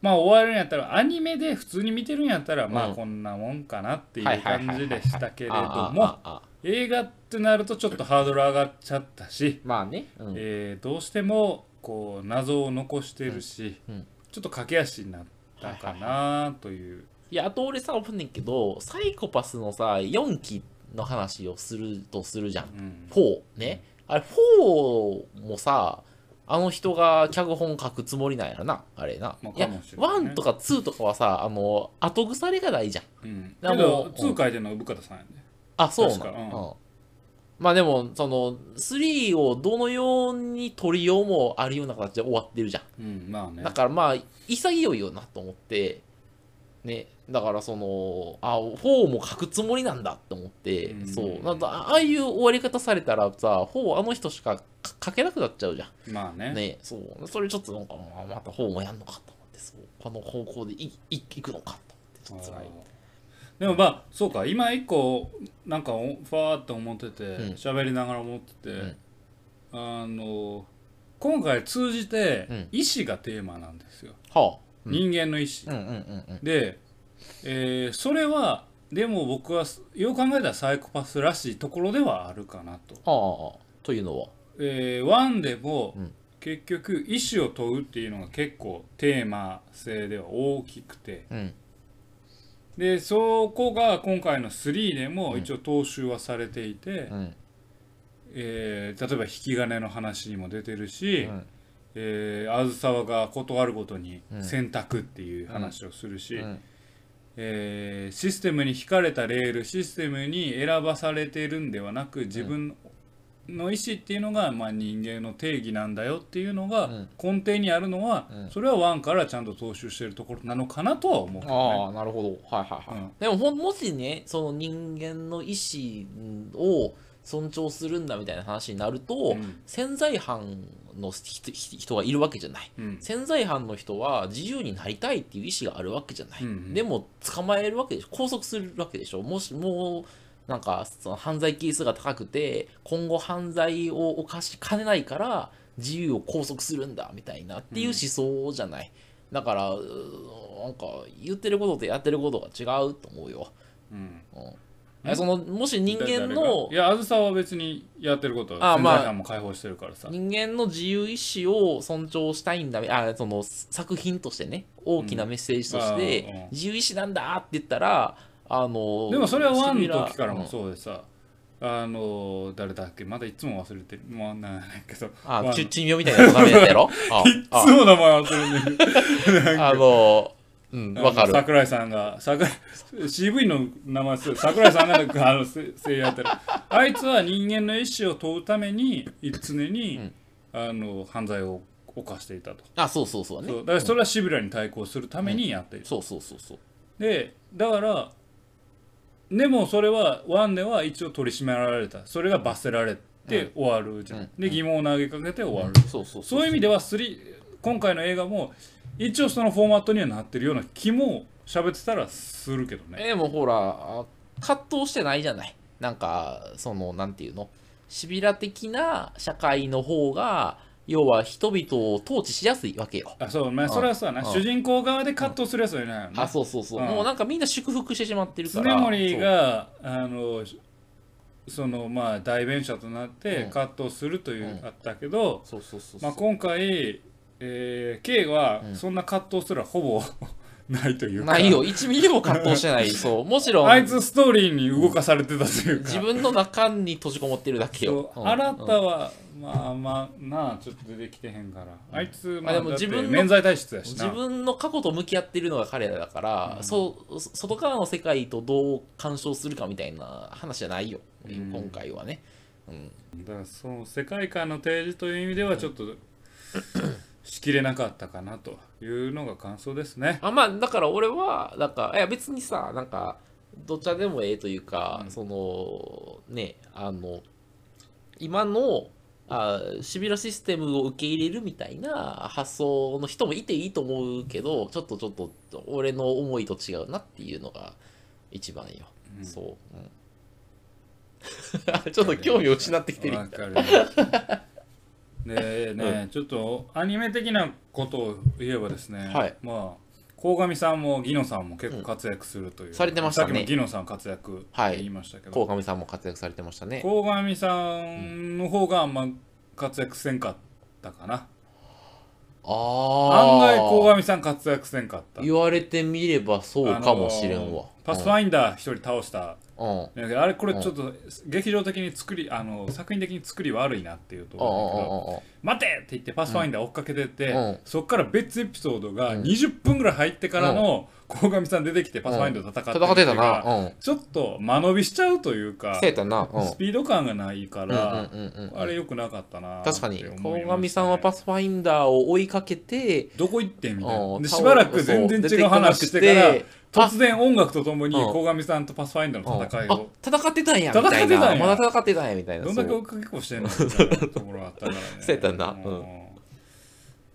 Speaker 1: まあ終わるんやったらアニメで普通に見てるんやったら、まあ
Speaker 2: うん
Speaker 1: こんなもんかなってい
Speaker 2: はいうはいは
Speaker 1: 感
Speaker 2: いはい
Speaker 1: じでしたけれど
Speaker 2: あー
Speaker 1: も
Speaker 2: あーあー
Speaker 1: 映画ってなるとちょっとハードル上がっちゃったし、
Speaker 2: まあねうん
Speaker 1: えーどうしてもこう謎を残してるし、
Speaker 2: うんうん
Speaker 1: ちょっと駆け足になったかなという、
Speaker 2: いやあと俺さ思うねんけどサイコパスのさ4期の話をするとするじゃん
Speaker 1: うん
Speaker 2: 4ねあれ4もさあの人が脚本書くつもりなんやろなあれな,、
Speaker 1: まあ
Speaker 2: いや
Speaker 1: かもしれないね
Speaker 2: 1とか2とかはさあの後腐れがないじゃ
Speaker 1: う
Speaker 2: ん
Speaker 1: ん、け
Speaker 2: だからも
Speaker 1: ど
Speaker 2: う
Speaker 1: 2書いてるのは生方さんやね
Speaker 2: あそうなん
Speaker 1: 確かうん
Speaker 2: まあでもその3をどのように取りようもあるような形で終わってるじゃん
Speaker 1: うんまあね
Speaker 2: だからまあ潔いよなと思ってねだからそのあ4も書くつもりなんだって思って、
Speaker 1: うん
Speaker 2: そうなんかあああいう終わり方されたらさ4あの人しかか書けなくなっちゃうじゃん
Speaker 1: まあね
Speaker 2: ねそうそれちょっとなんかまあまた方もやんのかと思ってそうこの方向でいいいくのかと思ってちょっと辛い
Speaker 1: でもまあそうか今一個なんかおファーって思ってて
Speaker 2: ん
Speaker 1: 喋、りながら思ってて、
Speaker 2: ん
Speaker 1: あの今回通じて
Speaker 2: うん
Speaker 1: 意思がテーマなんですよ、
Speaker 2: はあ、う
Speaker 1: 人
Speaker 2: ん、
Speaker 1: 間の意
Speaker 2: う
Speaker 1: 思、
Speaker 2: んうんうん
Speaker 1: で、えーそれはでも僕はよう考えたらサイコパスらしいところではあるかなと、
Speaker 2: うんはあというのは
Speaker 1: えー、1でも
Speaker 2: うん
Speaker 1: 結局意思を問うっていうのが結構テーマ性では大きくて、
Speaker 2: うん
Speaker 1: でそこが今回の3でも一応踏襲はされていて、
Speaker 2: うん
Speaker 1: えー例えば引き金の話にも出てるし、
Speaker 2: うん
Speaker 1: えー、あずさわが断るごとに
Speaker 2: うん
Speaker 1: 選択っていう話をするし、
Speaker 2: うん
Speaker 1: えーシステムに引かれたレールシステムに選ばされているんではなく自分の意思っていうのが、まあ、人間の定義なんだよっていうのが
Speaker 2: うん
Speaker 1: 根底にあるのは、
Speaker 2: うん
Speaker 1: それは1からちゃんと踏襲してるところなのかなとは思うけどね
Speaker 2: ああなるほどはいはいはい、
Speaker 1: うん
Speaker 2: でもほんもしねその人間の意思を尊重するんだみたいな話になる
Speaker 1: う
Speaker 2: と、
Speaker 1: ん
Speaker 2: 潜在犯の人人がいるわけじゃない
Speaker 1: うん
Speaker 2: 潜在犯の人は自由になりたいっていう意思があるわけじゃない、
Speaker 1: うんうん
Speaker 2: でも捕まえるわけでしょ拘束するわけでしょもしもうなんかその犯罪係数が高くて今後犯罪を犯しかねないから自由を拘束するんだみたいなっていう思想じゃない、だからうーなんか言ってることとやってることが違うと思うよ、
Speaker 1: うん
Speaker 2: うんえそのもし人間の
Speaker 1: いやあずさは別にやってることは
Speaker 2: あ
Speaker 1: 潜
Speaker 2: まあ
Speaker 1: 在感も解放してるからさ、
Speaker 2: 人間の自由意志を尊重したいんだあその作品としてね大きなメッセージとし
Speaker 1: うんああうん
Speaker 2: て自由意志なんだって言ったらあの
Speaker 1: でもそれはワン
Speaker 2: シミラ
Speaker 1: の時からも
Speaker 2: うん
Speaker 1: そうでさ、あの誰だっけまだいつも忘れてるもうなんだけど
Speaker 2: あ
Speaker 1: ワン
Speaker 2: ちゅちんみょみたいなのダメだったや
Speaker 1: *laughs*
Speaker 2: ろ
Speaker 1: い
Speaker 2: あ
Speaker 1: つも名前忘れてる
Speaker 2: ああのうんわかる
Speaker 1: 桜井さんが桜井 CV の名前する桜井さんがあのせ *laughs* 声優やってるあいつは人間の意思を問うために常に、
Speaker 2: うん
Speaker 1: あの犯罪を犯していたと、
Speaker 2: あそうそうそうだね
Speaker 1: そうだからそれはシビラに対抗するためにやっている、
Speaker 2: そうそうそうそう
Speaker 1: でだからでもそれはワンでは一応取り締められたそれが罰せられて終わるじゃん、
Speaker 2: うん
Speaker 1: で疑問を投げかけて終わる、
Speaker 2: そうそう
Speaker 1: そういう意味ではスリ今回の映画も一応そのフォーマットにはなってるような気も喋ってたらするけどね
Speaker 2: えでもほらあ葛藤してないじゃないなんかそのなんていうのシビラ的な社会の方が要は人々を統治しやすいわけよ
Speaker 1: あそうまあそれはそうだな
Speaker 2: うん
Speaker 1: 主人公側で葛藤するやつはいないよね
Speaker 2: あそうそうそう、
Speaker 1: うん
Speaker 2: もうなんかみんな祝福してしまってるか
Speaker 1: 常
Speaker 2: ら
Speaker 1: 森があのそのまあ代弁者となって
Speaker 2: うん
Speaker 1: 葛藤するという、
Speaker 2: うん
Speaker 1: あったけど、
Speaker 2: そうそうそうそ
Speaker 1: ま
Speaker 2: う
Speaker 1: あ、今回、えー、K は
Speaker 2: うん
Speaker 1: そんな葛藤すらほぼ *laughs* ないというか
Speaker 2: ないよ1ミリも葛藤し
Speaker 1: *laughs*
Speaker 2: てないそうもちろん
Speaker 1: あいつストーリーに動かされてたというか
Speaker 2: 自分の中に閉じこもってるだけよ
Speaker 1: そ、う
Speaker 2: うん
Speaker 1: 新
Speaker 2: う
Speaker 1: た
Speaker 2: ん
Speaker 1: は、まあまあなあちょっと出てきてへんから、あいつまあ
Speaker 2: でも
Speaker 1: だって
Speaker 2: 自分の
Speaker 1: 免罪体質やしな
Speaker 2: 自分の過去と向き合ってるのが彼らだから、
Speaker 1: うん
Speaker 2: そうそ外からの世界とどう干渉するかみたいな話じゃないよ、
Speaker 1: うん
Speaker 2: 今回はね、うん、
Speaker 1: だからその世界観の提示という意味ではちょっと、しきれなかったかなというのが感想ですね
Speaker 2: あまあだから俺はなんかいや別にさなんかどっちでもええというか、
Speaker 1: うん
Speaker 2: そのねあの今のあシビラシステムを受け入れるみたいな発想の人もいていいと思うけどちょっとちょっと俺の思いと違うなっていうのが一番よ、
Speaker 1: うん
Speaker 2: そう、うんあ *laughs* ちょっと興味を失ってきてる
Speaker 1: わかりましたでね、ちょっとアニメ的なことを言えばですね、
Speaker 2: はい
Speaker 1: まあ鴻上さんもギノさんも結構活躍するという、
Speaker 2: されてましたね
Speaker 1: さっきもギノさん活躍って言いましたけど、
Speaker 2: 鴻上さんも活躍されてましたね
Speaker 1: 鴻上さんの方があんま活躍せんかったかな案
Speaker 2: ああ
Speaker 1: 外鴻上さん活躍せんかった
Speaker 2: 言われてみればそうかもしれ
Speaker 1: あ
Speaker 2: んわ
Speaker 1: の。パスファインダー一人倒した、
Speaker 2: うんうん
Speaker 1: ねあれこれちょっと劇場的に作りあの作品的に作り悪いなっていうと
Speaker 2: うん
Speaker 1: ころだけど
Speaker 2: うんうんうん
Speaker 1: 「待て!」って言ってパスファインダー追っかけてって、
Speaker 2: うん
Speaker 1: そっから別エピソードが
Speaker 2: うん
Speaker 1: 20分ぐらい入ってからの鴻上さん出てきてパスファインダー戦ってる
Speaker 2: 戦ってたな。
Speaker 1: から
Speaker 2: うん。
Speaker 1: ちょっと間延びしちゃうというか
Speaker 2: せやったな。うん。
Speaker 1: スピード感がないから、
Speaker 2: うんうんうんうん
Speaker 1: あれ良くなかったな
Speaker 2: 確かに、鴻
Speaker 1: 鴻
Speaker 2: 上さんはパ
Speaker 1: ス
Speaker 2: スファインダーを追いかけて、
Speaker 1: どこ行ってんみたいな
Speaker 2: うん
Speaker 1: で
Speaker 2: 倒
Speaker 1: しばらく全然違う話してから
Speaker 2: そう出てこなくてあ
Speaker 1: 突然音楽とともに
Speaker 2: うん
Speaker 1: 鴻上さんとパスファインダーの戦い
Speaker 2: あ
Speaker 1: を、
Speaker 2: 戦ってたんや、みた
Speaker 1: 戦
Speaker 2: い
Speaker 1: ってた
Speaker 2: な。
Speaker 1: んや
Speaker 2: まだ戦ってたんや、みたいな。
Speaker 1: どんだけ
Speaker 2: そ
Speaker 1: 追
Speaker 2: う
Speaker 1: っかけっこしてんのみたいなところがあったからね
Speaker 2: そうやったなうん
Speaker 1: もう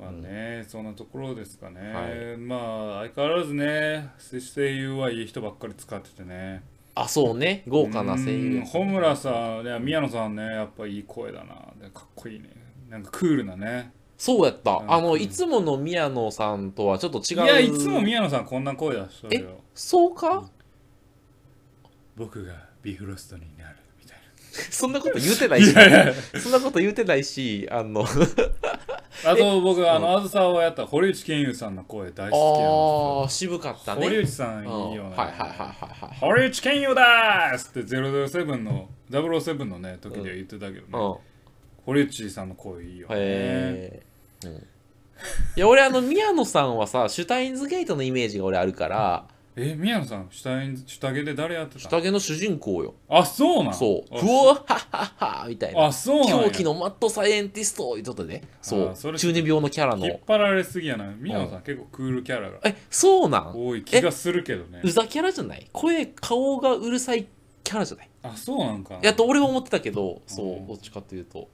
Speaker 1: まあねそんなところですかね、
Speaker 2: は
Speaker 1: まあ相変わらずね声優はいい人ばっかり使っててね
Speaker 2: あ、そうね。豪華な声
Speaker 1: う
Speaker 2: 優
Speaker 1: ん。穂村さんいや宮野さんねやっぱいい声だなでかっこいいねなんかクールなね
Speaker 2: そうやった
Speaker 1: う。ん
Speaker 2: あの、いつもの宮野さんとはちょっと違。
Speaker 1: いうやいつも宮野さんこんな声出してるよ
Speaker 2: そうか
Speaker 1: 僕がビフロストになるみたい
Speaker 2: そんなこと言うてないし
Speaker 1: いやい。
Speaker 2: そんなこと言うてないし、あの、
Speaker 1: なあと僕あのあずさをやった堀内健優さんの声大好
Speaker 2: ああ、渋かっ
Speaker 1: きな
Speaker 2: た
Speaker 1: んですよ堀
Speaker 2: ね。
Speaker 1: 内さんいい
Speaker 2: うん
Speaker 1: よ
Speaker 2: は
Speaker 1: ね
Speaker 2: いはいはいはいはい。
Speaker 1: 堀内健優だーっつって007の007のね時では言ってたけどね、
Speaker 2: うん。
Speaker 1: 堀内さんの声いいよね
Speaker 2: へえ、うん、いや俺あの宮野さんはさシュタインズゲートのイメージが俺あるから
Speaker 1: え宮野さん下下着で誰やってた
Speaker 2: 下着の主人公よ
Speaker 1: あそうなん
Speaker 2: そう
Speaker 1: あ
Speaker 2: ふわっはっはっはみたいな
Speaker 1: あそうなんや
Speaker 2: 狂気のマッドサイエンティスト言っとったねそ
Speaker 1: あーそれ
Speaker 2: う中二病のキャラ
Speaker 1: 引っ
Speaker 2: の
Speaker 1: 張られすぎやな宮野さん結構クールキャラが
Speaker 2: えそうなん
Speaker 1: 多い気がするけどね
Speaker 2: うざキャラじゃない声顔がうるさいキャラじゃない
Speaker 1: あそうなんかな
Speaker 2: やっと俺は思ってたけどそう、
Speaker 1: うん
Speaker 2: どっちかというと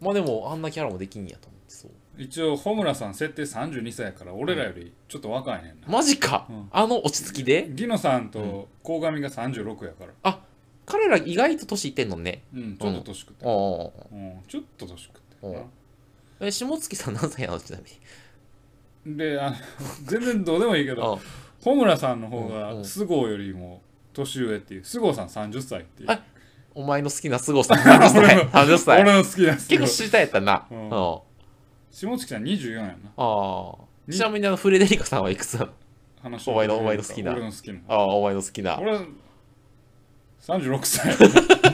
Speaker 2: まあでもあんなキャラもできんやと思ってそう
Speaker 1: 一応穂村さん設定32歳やから俺らよりちょっと若いねんな、
Speaker 2: マジか、
Speaker 1: うん
Speaker 2: あの落ち着きで
Speaker 1: ギノさんと鴻上が36やから
Speaker 2: 彼ら意外と年いってんのね
Speaker 1: うんちょっと年食って
Speaker 2: うん
Speaker 1: る、
Speaker 2: うんうん
Speaker 1: うん、ちょっと年食ってるな、
Speaker 2: うんえ下月さん何歳なのちなみに
Speaker 1: であの *laughs* 全然どうでもいいけど
Speaker 2: あ
Speaker 1: 穂村さんの方が
Speaker 2: うんうん
Speaker 1: 菅生よりも年上っていう菅生さん30歳っていう
Speaker 2: あお前の好きな凄さ、30歳。30歳。
Speaker 1: 俺の好きな
Speaker 2: 結
Speaker 1: 菅生
Speaker 2: 構知りたいやったな。
Speaker 1: う
Speaker 2: うんん。あ
Speaker 1: 下月さん24やんな
Speaker 2: あ。ちなみにあの、フレデリコさんはいくつなの
Speaker 1: 話
Speaker 2: お前のお前の好きな
Speaker 1: 俺の好きな
Speaker 2: ああ、お前の好きな。
Speaker 1: 俺36歳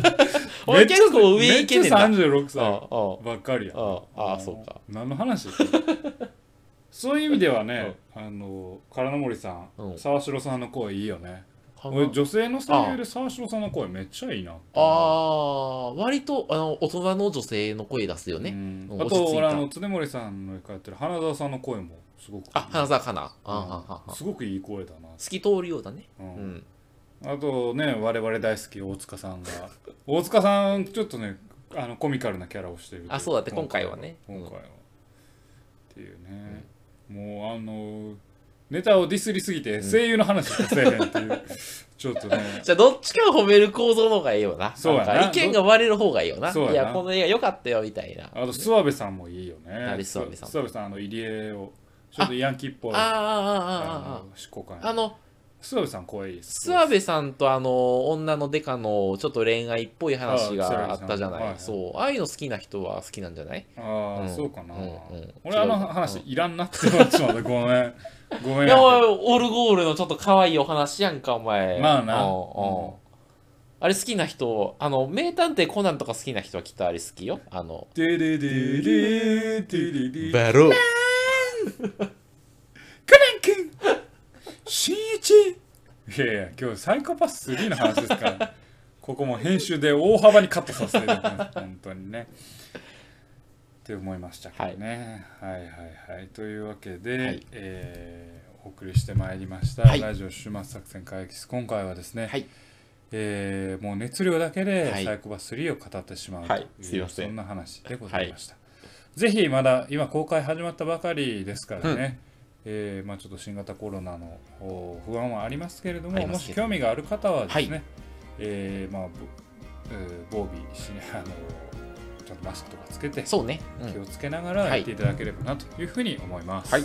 Speaker 2: *laughs* 俺結構上いけねえ
Speaker 1: めっちゃ
Speaker 2: な。
Speaker 1: 36
Speaker 2: ああ
Speaker 1: 歳
Speaker 2: ああ
Speaker 1: ばっかりや
Speaker 2: ああああそうか
Speaker 1: 何の話 *laughs* そういう意味ではね、あの唐森さん、
Speaker 2: うん
Speaker 1: 沢城さんの声いいよね
Speaker 2: かな
Speaker 1: 俺女性の声優で沢城さんの声めっちゃいいなって
Speaker 2: ああ、割とあの大人の女性の声出すよ
Speaker 1: う
Speaker 2: ね。
Speaker 1: ん
Speaker 2: うん
Speaker 1: あ
Speaker 2: 落ち着い
Speaker 1: と
Speaker 2: た
Speaker 1: 俺あの常森さんの役やってる花澤さんの声もすごくいい
Speaker 2: あ、花澤香菜。ああ
Speaker 1: うん
Speaker 2: ああああ
Speaker 1: すごくいい声だな、
Speaker 2: 透き通るようだね。
Speaker 1: う
Speaker 2: うんん。
Speaker 1: あとね我々大好き大塚さん
Speaker 2: *laughs*
Speaker 1: が大塚さんちょっとねあのコミカルなキャラをしてるとい
Speaker 2: あそうだって今回はね
Speaker 1: 今回は、っていうね、もうあのネタをディスりすぎて声優の話しかせえへんっていう、
Speaker 2: *laughs*
Speaker 1: ちょっとね
Speaker 2: じゃあ、どっちかを褒める構造の方がいいよな。
Speaker 1: そうやな
Speaker 2: なんか意見が割れる方がいいよな。
Speaker 1: そうや
Speaker 2: い
Speaker 1: な
Speaker 2: や、この映画良かったよ、みたいな。
Speaker 1: あと諏訪部さんもいいよね
Speaker 2: 誰諏訪部さん
Speaker 1: 諏訪部さんあの入江をちょっとヤンキーっぽい
Speaker 2: ああ、
Speaker 1: あ
Speaker 2: ああ、あ
Speaker 1: の執行官
Speaker 2: あ。あの、
Speaker 1: 諏訪部さん声いいです
Speaker 2: 諏訪部さんとあの、女のデカのちょっと恋愛っぽい話があったじゃ
Speaker 1: ああ
Speaker 2: ない。そう。ああいうの好きな人は好きなんじゃない
Speaker 1: ああ、
Speaker 2: うん
Speaker 1: そうかな、
Speaker 2: うんうん
Speaker 1: 俺あの話いらんなって思ってしまったごめんごめん
Speaker 2: いや、おいオルゴールのちょっと可愛いお話やんか、お前。
Speaker 1: まあな
Speaker 2: うん
Speaker 1: うん
Speaker 2: うんあれ好きな人、あの、名探偵コナンとか好きな人はきっとあれ好きよ。あの、
Speaker 1: デレデレデレデレ
Speaker 2: バロ
Speaker 1: カレン君新一いやいや今日サイコパス3の話ですからここも編集で大幅にカットさせていただきます本当にねって思いましたけどね、はい、はいはいというわけで、
Speaker 2: はい
Speaker 1: えーお送りしてまいりました、
Speaker 2: はい
Speaker 1: ラジオ終末作戦会議室今回はですね、
Speaker 2: はい
Speaker 1: えーもう熱量だけで
Speaker 2: はい
Speaker 1: サイコパス3を語ってしまうと
Speaker 2: はい
Speaker 1: い、
Speaker 2: すいうません
Speaker 1: そんな話でございました、ぜひまだ今公開始まったばかりですからね、えーまあ、ちょっと新型コロナのお不安はありますけれど
Speaker 2: あ
Speaker 1: も、
Speaker 2: り
Speaker 1: も
Speaker 2: ます
Speaker 1: し
Speaker 2: けど
Speaker 1: 興味がある方はですね、
Speaker 2: は
Speaker 1: えーまあ、ぶえー防備し、あのちょっとマスクとかつけて、
Speaker 2: そうね。うん
Speaker 1: 気をつけながら
Speaker 2: はい
Speaker 1: やっていただければなというふうに思います。
Speaker 2: はい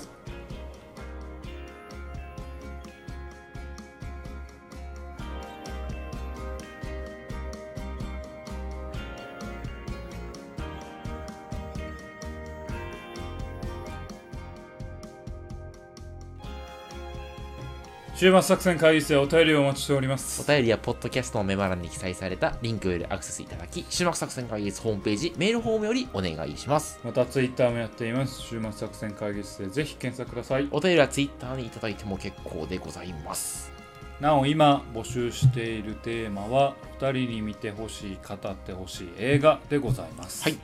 Speaker 1: 週末作戦会議室でお便りをお待ちしております
Speaker 2: お。便りやポッドキャストのメモ欄に記載されたリンクよりアクセスいただき、終幕作戦会議室ホームページ、メールフォームよりお願いします。
Speaker 1: またツイッターもやっています。週末作戦会議室でぜひ検索ください。
Speaker 2: お便りはツイッターにいただいても結構でございます。
Speaker 1: なお今募集しているテーマは2人に見てほしい語ってほしい映画でございます。
Speaker 2: はい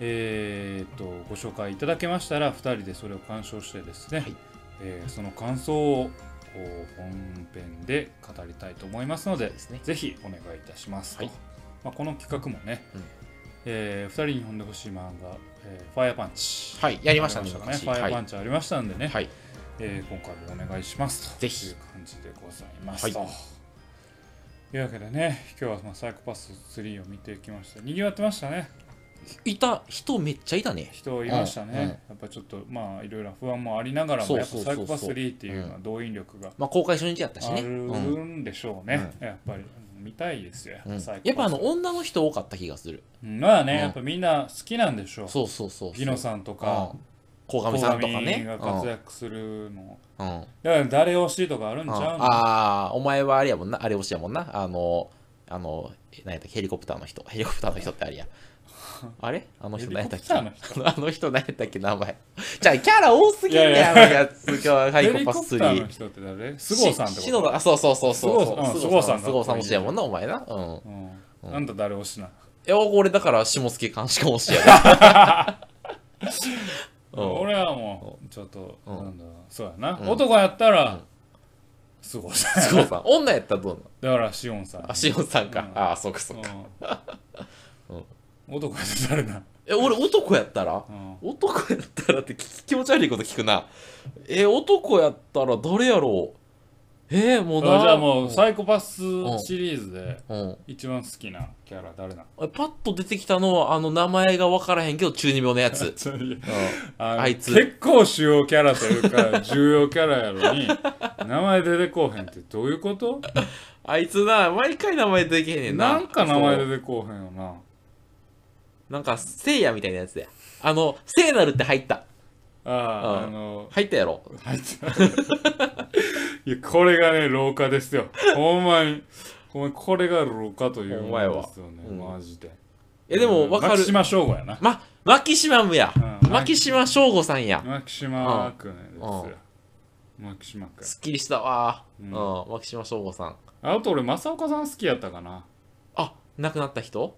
Speaker 1: えーっとご紹介いただけましたら2人でそれを鑑賞してですね、
Speaker 2: はい
Speaker 1: えーその感想をお本編で語りたいと思いますので
Speaker 2: ですね。
Speaker 1: ぜひお願いいたしますと、
Speaker 2: はい
Speaker 1: まあ、この企画もね、
Speaker 2: うん
Speaker 1: え2人に読んでほしい漫画「えーファイアパンチ」
Speaker 2: はい、やりましたね、
Speaker 1: あり
Speaker 2: 昔。
Speaker 1: ファイ
Speaker 2: は
Speaker 1: アパ
Speaker 2: い
Speaker 1: ン。チありましたんでね、
Speaker 2: はい。
Speaker 1: えー今回もお願いしますと
Speaker 2: ぜひ
Speaker 1: いう感じでございますと、、
Speaker 2: はい
Speaker 1: うわけでね今日はまあサイコパス3を見てきましたにぎわってましたね
Speaker 2: いた、人めっちゃいたね。
Speaker 1: 人いましたね、
Speaker 2: うんうん
Speaker 1: やっぱちょっとまあいろいろ不安もありながら
Speaker 2: そ
Speaker 1: も
Speaker 2: う
Speaker 1: やっぱ
Speaker 2: そう
Speaker 1: サ
Speaker 2: そう
Speaker 1: イ
Speaker 2: そ
Speaker 1: コ
Speaker 2: う
Speaker 1: パス3っていうのは動員力が
Speaker 2: まあ、公開初日やったし
Speaker 1: あ
Speaker 2: ね。
Speaker 1: る
Speaker 2: うん。
Speaker 1: んでしょうね、やっぱり見たいですよやっ
Speaker 2: うん
Speaker 1: ぱサイコパス
Speaker 2: やっぱあの女の人多かった気がする。
Speaker 1: うんまあね、
Speaker 2: うん
Speaker 1: やっぱみんな好きなんでしょう
Speaker 2: そうそうそうそう。
Speaker 1: ギノさんとか
Speaker 2: うん、鴻上さんとか
Speaker 1: 鴻
Speaker 2: ね
Speaker 1: 上。が活躍するの、
Speaker 2: うんうん
Speaker 1: だから誰推しとかあるんちゃうの、
Speaker 2: ああ、お前はあれやもんな、あれ推しやもんな。あの、あの、え何やったっけヘリコプターの人。ヘリコプターの人って
Speaker 1: *laughs*
Speaker 2: あれや。あれあの人何やったっけ
Speaker 1: ヘリコ
Speaker 2: あの
Speaker 1: プ
Speaker 2: *laughs* あの人何やったっけ名前。じゃあ、キャラ多すぎんね
Speaker 1: いや
Speaker 2: や、
Speaker 1: いや
Speaker 2: あのやつが、ハ
Speaker 1: ヘ
Speaker 2: イ
Speaker 1: リ
Speaker 2: コ
Speaker 1: コ
Speaker 2: パス
Speaker 1: プターの
Speaker 2: 3。
Speaker 1: 人って誰菅生さんって
Speaker 2: し
Speaker 1: こと
Speaker 2: 篠田あ、そうそうそうそうそう。
Speaker 1: 菅生さん
Speaker 2: 菅生さ
Speaker 1: うん
Speaker 2: ん、菅生さん推しやもんな、お前な。うん。
Speaker 1: うん、あんた誰推しな、
Speaker 2: いや、俺だから、下助監視官推しやな。
Speaker 1: *laughs*
Speaker 2: うん
Speaker 1: 俺はもうちょっと、
Speaker 2: うん
Speaker 1: なんだそうやな、
Speaker 2: うん
Speaker 1: 男やったら、すごさん *laughs*
Speaker 2: 菅生さん。女やったらどうなの
Speaker 1: だからシオンさん
Speaker 2: あ、シオンさんか。
Speaker 1: うん
Speaker 2: ああ、そっかそっか。
Speaker 1: うん
Speaker 2: *laughs* うん
Speaker 1: 男やったら誰な、
Speaker 2: え、俺男やったら
Speaker 1: うん
Speaker 2: 男やったらって聞き気持ち悪いこと聞くな。え、男やったら誰やろうえー、もうな
Speaker 1: あじゃあもうサイコパスシリーズで
Speaker 2: うん、
Speaker 1: 一番好きなキャラ
Speaker 2: *laughs*
Speaker 1: 誰なの
Speaker 2: パッと出てきたのはあの名前が分からへんけど中二病のや
Speaker 1: *laughs*
Speaker 2: つ
Speaker 1: あの
Speaker 2: あいつ
Speaker 1: 結構主要キャラという
Speaker 2: *laughs*
Speaker 1: か重要キャラやのに名前出てこうへんってどういうこと
Speaker 2: あいつな毎回名前出てけへんねんな
Speaker 1: なんか名
Speaker 2: そう
Speaker 1: 前出てこうへんよな
Speaker 2: なんか聖夜みたいなやつやあの聖なるって入った
Speaker 1: ああ
Speaker 2: うん
Speaker 1: あの *laughs*
Speaker 2: 入ったやろ
Speaker 1: 入っていやこれがね廊下ですよほんまにほんまにこれが廊下という
Speaker 2: ほん
Speaker 1: も
Speaker 2: まやわ
Speaker 1: のですよね、
Speaker 2: うん
Speaker 1: マジで
Speaker 2: えでも分か
Speaker 1: 牧
Speaker 2: る
Speaker 1: 島省吾やな
Speaker 2: まマキシマムや、
Speaker 1: うん
Speaker 2: マキシマ省吾さんや
Speaker 1: 牧島君ですよ牧島君
Speaker 2: すっきりしたわー、
Speaker 1: うん
Speaker 2: うん、マキシマ省吾さん
Speaker 1: あと俺正岡さん好きやったかな
Speaker 2: あ亡くなった人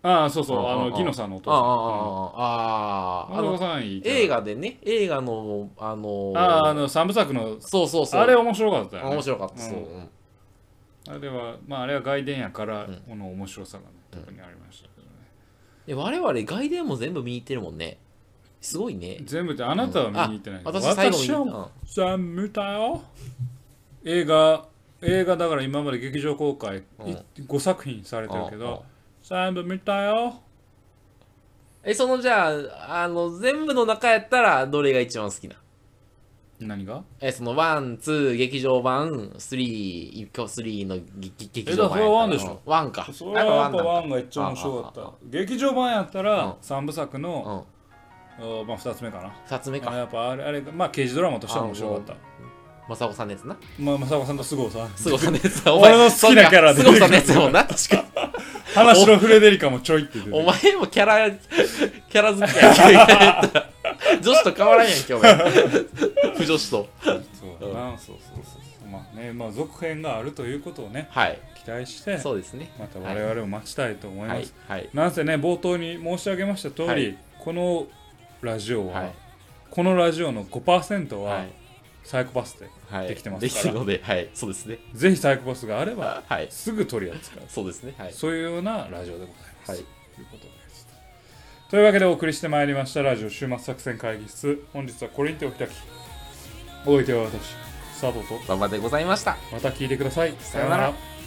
Speaker 1: ああそうそう
Speaker 2: うんうん
Speaker 1: あ
Speaker 2: うん
Speaker 1: のギノさんのお父
Speaker 2: ああ
Speaker 1: さ
Speaker 2: あ
Speaker 1: ん
Speaker 2: ああああ
Speaker 1: 正岡
Speaker 2: の
Speaker 1: さんいいキャラ
Speaker 2: 映画でね映画のあのー
Speaker 1: あああの三部作の
Speaker 2: そうそうそう
Speaker 1: あれ面白かったよ、ね、
Speaker 2: 面白かった、
Speaker 1: うん
Speaker 2: そう、うん
Speaker 1: あれはまああれは外伝やから
Speaker 2: うん
Speaker 1: この面白さがね、特にありましたけどね、
Speaker 2: で我々外伝も全部見に行ってるもんねすごいね
Speaker 1: 全部ってあなたは見に行ってないけど、
Speaker 2: あ私最後見
Speaker 1: 私
Speaker 2: に
Speaker 1: は
Speaker 2: 行った
Speaker 1: もう全部見たよ映画映画だから今まで劇場公開、
Speaker 2: うん
Speaker 1: い5作品されてるけ
Speaker 2: うんうん
Speaker 1: ど全部見たよ
Speaker 2: えそのじゃああの全部の中やったらどれが一番好きな
Speaker 1: 何が
Speaker 2: えそのワンツー劇場版スリー一挙スリーの劇劇
Speaker 1: えだから
Speaker 2: 場版
Speaker 1: それはワン
Speaker 2: や
Speaker 1: で
Speaker 2: った
Speaker 1: し
Speaker 2: ら
Speaker 1: ょ
Speaker 2: ワンか
Speaker 1: それはやっぱ
Speaker 2: やっぱ
Speaker 1: ワ
Speaker 2: ワ
Speaker 1: ンが一番面白かっ
Speaker 2: ああ
Speaker 1: た
Speaker 2: あ
Speaker 1: 劇場版やった
Speaker 2: うん
Speaker 1: ら3部作の、
Speaker 2: ン
Speaker 1: おまあ、2つ目かな
Speaker 2: 2つ目
Speaker 1: あ
Speaker 2: か
Speaker 1: やっぱあれあれまあ刑事ドラマとしては面白かった
Speaker 2: 正子さんのやつな
Speaker 1: まあ正岡さんと菅生さん
Speaker 2: すごさんのやつお
Speaker 1: 俺の好きなキャラで
Speaker 2: ですさんのやつやもんな確か
Speaker 1: 話のフレデリカもちょいって出て
Speaker 2: お
Speaker 1: る
Speaker 2: 前もキャラ、 *laughs* キャラ好きやん。女子と変わらんやん、今日。不女子と。
Speaker 1: そうだな、そうそうそうそうまあねまあ続編があるということをね
Speaker 2: はい。
Speaker 1: 期待して
Speaker 2: そうですね。
Speaker 1: また我々を待ちたいと思います、
Speaker 2: はい。はい。
Speaker 1: なんせね冒頭に申し上げました通り、
Speaker 2: はい
Speaker 1: このラジオは、
Speaker 2: はい。
Speaker 1: このラジオの5%
Speaker 2: は。
Speaker 1: はいサイコパスで、
Speaker 2: はい。
Speaker 1: できてますから
Speaker 2: できてるので、はい。そうですね。
Speaker 1: ぜひサイコパスがあれば
Speaker 2: はい。
Speaker 1: すぐ取り扱う
Speaker 2: そうですね。はい。
Speaker 1: そういうようなラジオでございます。
Speaker 2: はい
Speaker 1: ということです。というわけでお送りしてまいりましたラジオ終末作戦会議室。本日はこれにてお開き。おいては私、佐藤と、
Speaker 2: 頑張ってございました。
Speaker 1: また聞いてください。
Speaker 2: さようなら。